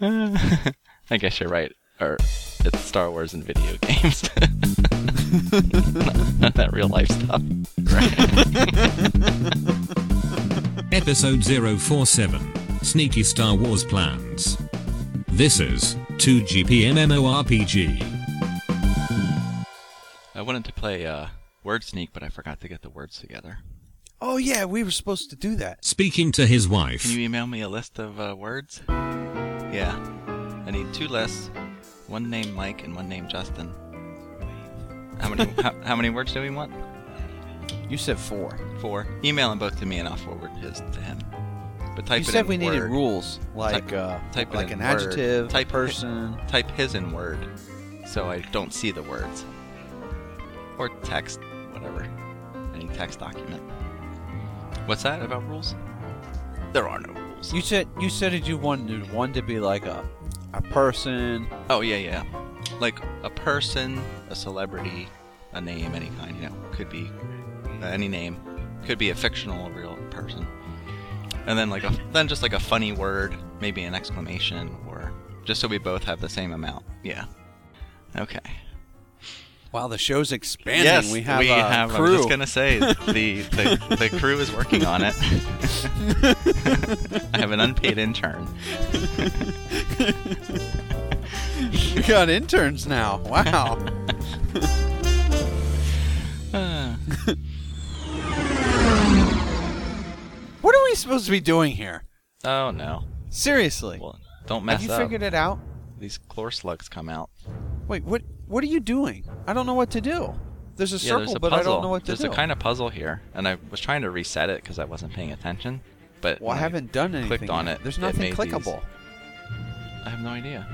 Uh, I guess you're right. Or it's Star Wars and video games. not, that real life stuff. Episode 047 Sneaky Star Wars Plans. This is 2GPMMORPG. I wanted to play uh, Word Sneak, but I forgot to get the words together. Oh yeah, we were supposed to do that. Speaking to his Can wife, you email me a list of uh, words? Yeah. I need two lists. One named Mike and one named Justin. How many? how, how many words do we want? You said four. Four. Email them both to me, and I'll forward his to him. But type you it said in we needed Word. rules like Type- uh, type it like in an Word. adjective, Type it- person. Type his in Word, so I don't see the words. Or text, whatever. Any text document. What's that about rules? There are no rules. You said you said that you wanted one to be like a a person. Oh yeah, yeah. Like a person, a celebrity, a name, any kind. You know, could be uh, any name. Could be a fictional, or real person. And then like a then just like a funny word, maybe an exclamation, or just so we both have the same amount. Yeah. Okay. Wow, the show's expanding. yes, we have we a have. I was crew. just gonna say the the, the crew is working on it. I have an unpaid intern. we got interns now. Wow. Ah. what are we supposed to be doing here? oh no. Seriously. Well, don't have mess you up. figured it out? These chlor slugs come out. Wait, what what are you doing? I don't know what to do. There's a yeah, circle, there's a but puzzle. I don't know what to there's do. a kind of puzzle here, and I was trying to reset it because I wasn't paying attention. But well, I when haven't done anything. Clicked on yet. it. There's it nothing made these- clickable. I have no idea.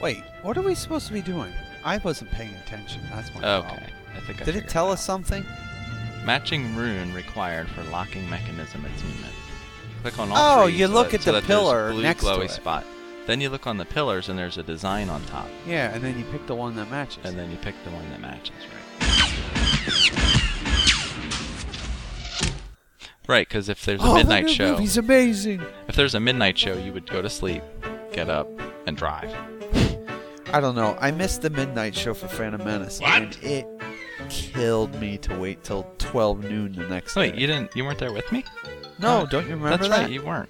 Wait, what are we supposed to be doing? I wasn't paying attention. That's my problem. Oh, Okay, I think I Did it figured tell out. us something? Matching rune required for locking mechanism attunement. Click on all Oh, three you so look that- at so the that there's pillar blue next to glowy it. spot. Then you look on the pillars and there's a design on top, Yeah, and then you pick the one that matches. and then you pick the one that matches, right? Right, because if there's a oh, midnight that new show, movie's amazing. if there's a midnight show, you would go to sleep, get up, and drive. I don't know. I missed the midnight show for Phantom Menace, and it killed me to wait till 12 noon the next Wait, day. you didn't? You weren't there with me? no, don't you remember That's that? right, you weren't.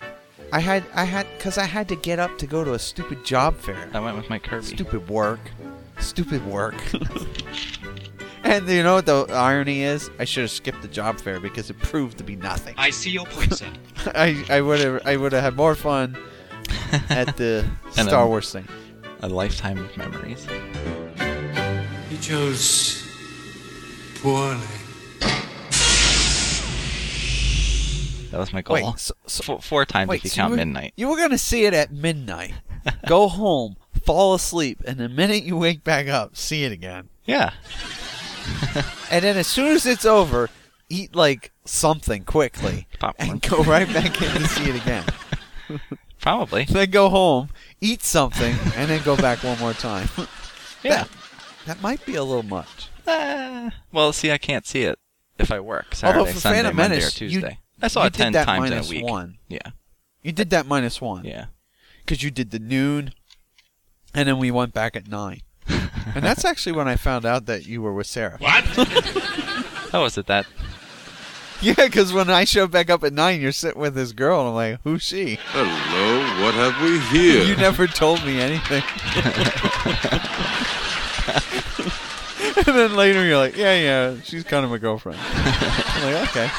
I had, I had, cause I had to get up to go to a stupid job fair. I went with my Kirby. Stupid work. Stupid work. and you know what the irony is? I should have skipped the job fair because it proved to be nothing. I see your point, sir. I, I would have, I would have had more fun at the And Star then- Wars thing. A lifetime of memories. He chose poorly. That was my goal. Wait, so- so- four, four times if you so count were- midnight. You were gonna see it at midnight. Go home, fall asleep, and the minute you wake back up, see it again. Yeah. And then as soon as it's over, eat like something quickly Popcorn. and go right back in to see it again. Probably. Then go home, eat something, and then go back one more time. Yeah. That, that might be a little much. Ah. well, see, I can't see it if I work Saturday, Although for Sunday, Phantom Monday, Menace, or you- Tuesday. I saw you it did ten that times minus in a week. one. Yeah. You did that minus one. Yeah. because you did the noon, and then we went back at nine. and that's actually when I found out that you were with Sarah. Oh, was it that? Yeah, because when I showed back up at nine, you're sitting with this girl, and I'm like, "Who's she?" Hello, what have we here? You never told me anything. and then later, you're like, "Yeah, yeah, she's kind of my girlfriend." I'm like, "Okay."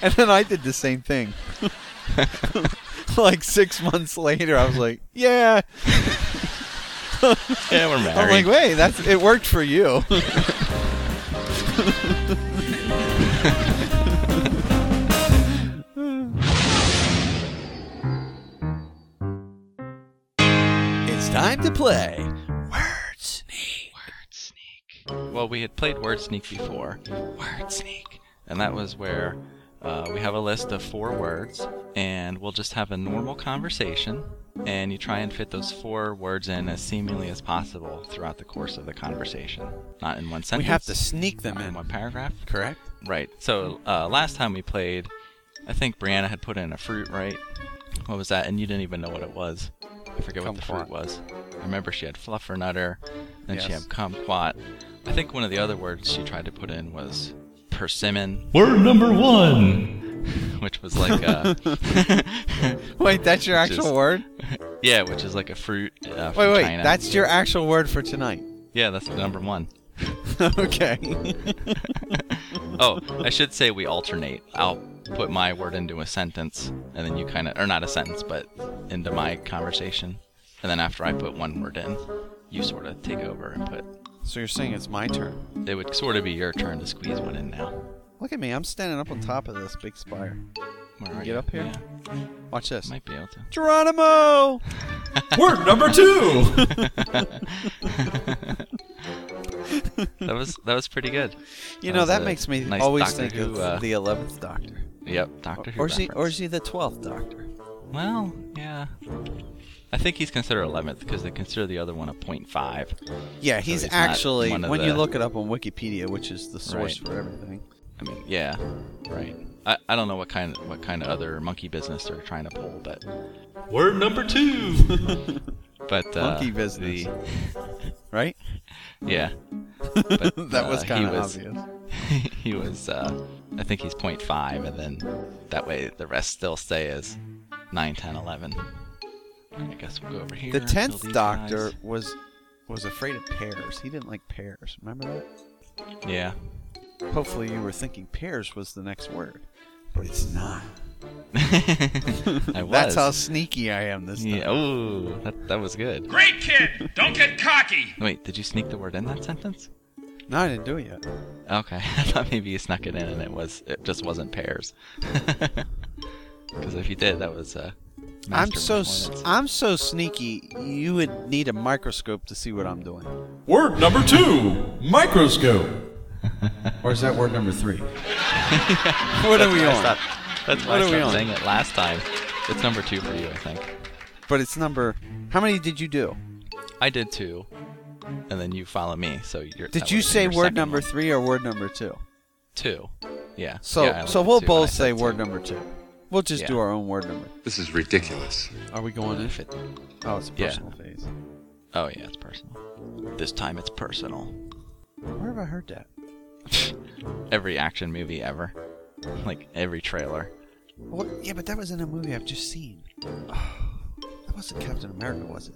And then I did the same thing. like six months later, I was like, "Yeah." Yeah, Oh we're married. I'm like, "Wait, that's it worked for you." It's time to play Word Sneak. Word sneak. Well, we had played word sneak before. Word sneak. And that was where uh, we have a list of four words, and we'll just have a normal conversation, and you try and fit those four words in as seemingly as possible throughout the course of the conversation. Not in one We sentence. have to sneak them not in in, one paragraph. correct? Right. So uh, last time we played, I think Brianna had put in a fruit, right? What was that? And you didn't even know what it was. I forget what the Kumquat. fruit was. I remember she had fluffernutter, then she Yes. had kumquat. I think one of the other words she tried to put in was persimmon, Word number one. which was like a Wait, that's your Which actual is- word? yeah, which is like a fruit uh, from Wait, wait, China. that's your actual word for tonight. yeah, that's number one. okay. Oh, I should say we alternate. I'll put my word into a sentence, and then you kind of, or not a sentence, but into my conversation. And then after I put one word in, you sort of take over and put. so you're saying it's my turn. It would sort of be your turn to squeeze one in now. Look at me, I'm standing up on top of this big spire. Where are Get up here? Yeah, Watch this. might be able to. Geronimo! Word number two. That was that was pretty good. You That know, was that a makes me nice always Doctor think Who, of uh, the 11th Doctor. Yep, Doctor Who. Or is, he, or reference. is he the 12th Doctor? Well, yeah. I think he's considered 11th because they consider the other one a point five. Yeah, he's, he's not actually, one of when you the- look it up on Wikipedia, which is the source Right. for everything. I mean, yeah, right. I, I don't know what kind of what kind of other monkey business they're trying to pull, but Word number two. but uh, Monkey business. Right? the- yeah, but, That was uh, he kind of was- obvious. he was. Uh, I think he's 0.5, and then that way the rest still stay as 9, 10, 11. I guess we'll go over here. The kill tenth these Doctor guys. was was afraid of pears. He didn't like pears. Remember Yeah. that? Hopefully, you were thinking pears was the next word, but it's not. I was. That's how sneaky I am this Yeah. time. Oh, that, that was good. Great kid! Don't get cocky! Wait, did you sneak the word in that sentence? No, I didn't do it yet. Okay, I thought maybe you snuck it in and it was it just wasn't pears. Because if you did, that was uh. I'm master so s- performance. I'm so sneaky. You would need a microscope to see what I'm doing. Word number two. Microscope. Or is that word number three? what are we I on? stopped- That's why What I are we on? stopped saying it last time. It's number two for you, I think. But it's number. How many did you do? I did two, and then you follow me. So you're. Did that would've you been say your word second number one. three or word number two? Two. Yeah. So yeah, I so looked at we'll two and I both said say two. word number two. We'll just Yeah. do our own word number. This is ridiculous. Are we going in? If it- Oh, it's a Yeah. personal phase. Oh yeah, it's personal. This time it's personal. Where have I heard that? Every action movie ever, like every trailer. What? Yeah, but that was in a movie I've just seen. that wasn't Captain America, was it?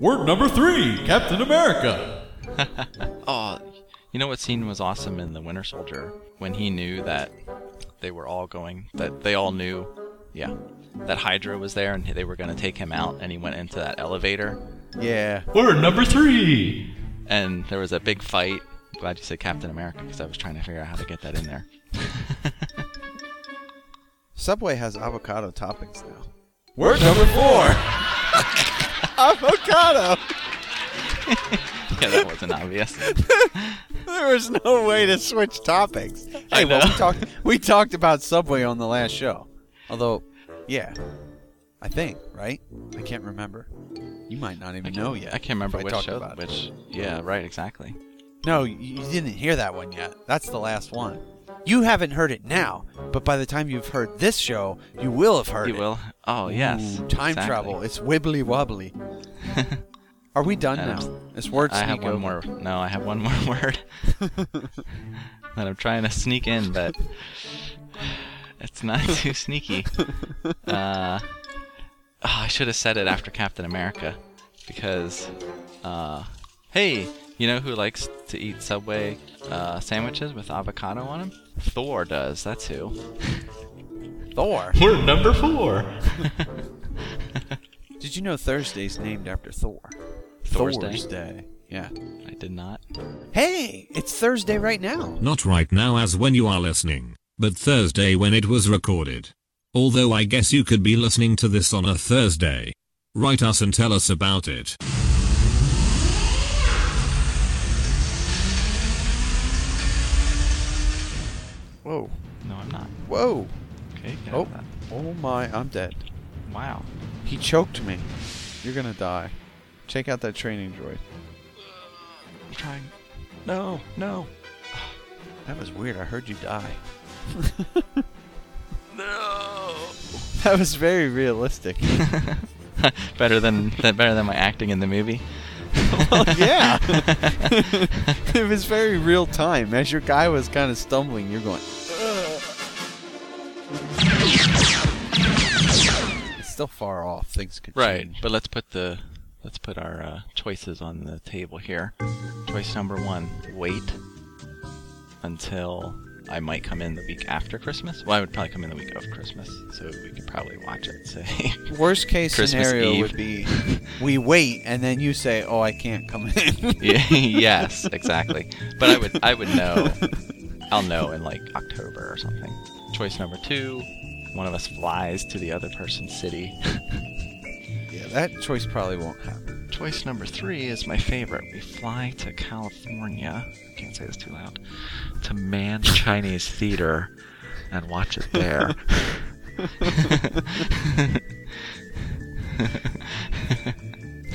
Word number three. Captain America. Oh, you know what scene was awesome in The Winter Soldier when he knew that they were all going, that they all knew, yeah, that Hydra was there and they were going to take him out, and he went into that elevator, Yeah. Word number three. and there was a big fight. I'm glad you said Captain America because I was trying to figure out how to get that in there. Subway has avocado toppings now. Word number four. Avocado! yeah, that wasn't obvious. there was no way to switch topics. Hey, I well, we know. talked we talked about Subway on the last show. Although, yeah, I think right. I can't remember. You might not even know yet. I can't remember if I which talked show, about it. which, yeah, right, exactly. No, you you didn't hear that one yet. That's the last one. You haven't heard it now, but by the time you've heard this show, you will have heard You it. will? Oh, yes. Ooh, time exactly. travel. It's wibbly wobbly. Are we done And now? It's word I have sneak over. one more. No, I have one more word that I'm trying to sneak in, but it's not too sneaky. Uh, oh, I should have said it after Captain America, because, uh, hey, you know who likes to eat Subway uh, sandwiches with avocado on them? Thor does. That's who. Thor. Word number four. Did you know Thursday's named after Thor? Thursday? Thursday. Yeah. I did not. Hey, it's Thursday right now. Not right now as when you are listening, but Thursday when it was recorded. Although I guess you could be listening to this on a Thursday. Write us and tell us about it. Whoa. No, I'm not. Whoa. Okay. get out Oh. of that. Oh my, I'm dead. Wow. He choked me. You're gonna die. Check out that training droid. I'm trying. No, no, That was weird. I heard you die. no. That was very realistic. better than, than better than my acting in the movie. well, Oh, yeah. it was very real time. As your guy was kind of stumbling, you're going. "Ugh." It's still far off. Things could Right, change. but let's put the let's put our uh, choices on the table here. Choice number one: wait until I might come in the week after Christmas. Well, I would probably come in the week of Christmas, so we could probably watch it. Say, Worst case Christmas scenario Eve. would be we wait and then you say, "Oh, I can't come in." Yeah, yes, exactly. But I would I would know. I'll know in like October or something. Choice number two: one of us flies to the other person's city. yeah, that choice probably won't happen. Choice number three is my favorite. We fly to California. I can't say this too loud. To Man Chinese Theater and watch it there.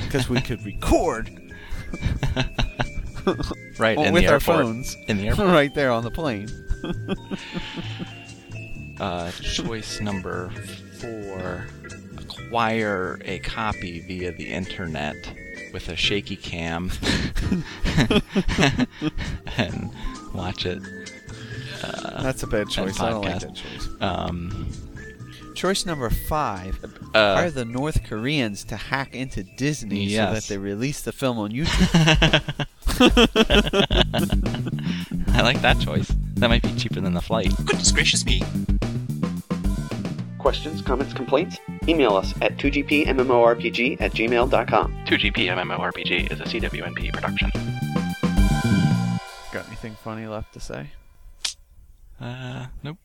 Because we could record right in with the our airport. phones In the airport. right there on the plane. Uh, choice number four: acquire a copy via the internet with a shaky cam and watch it. That's a bad choice. I don't like podcast. that choice. Um, Choice number five: Uh, Are the North Koreans to hack into Disney so that Yes. they release the film on YouTube? I like that choice. That might be cheaper than the flight. Goodness gracious me. Questions, comments, complaints? Email us at 2gpmmorpg at gmail.com. 2GP MMORPG is a CWNP production. Got anything funny left to say? Uh, nope.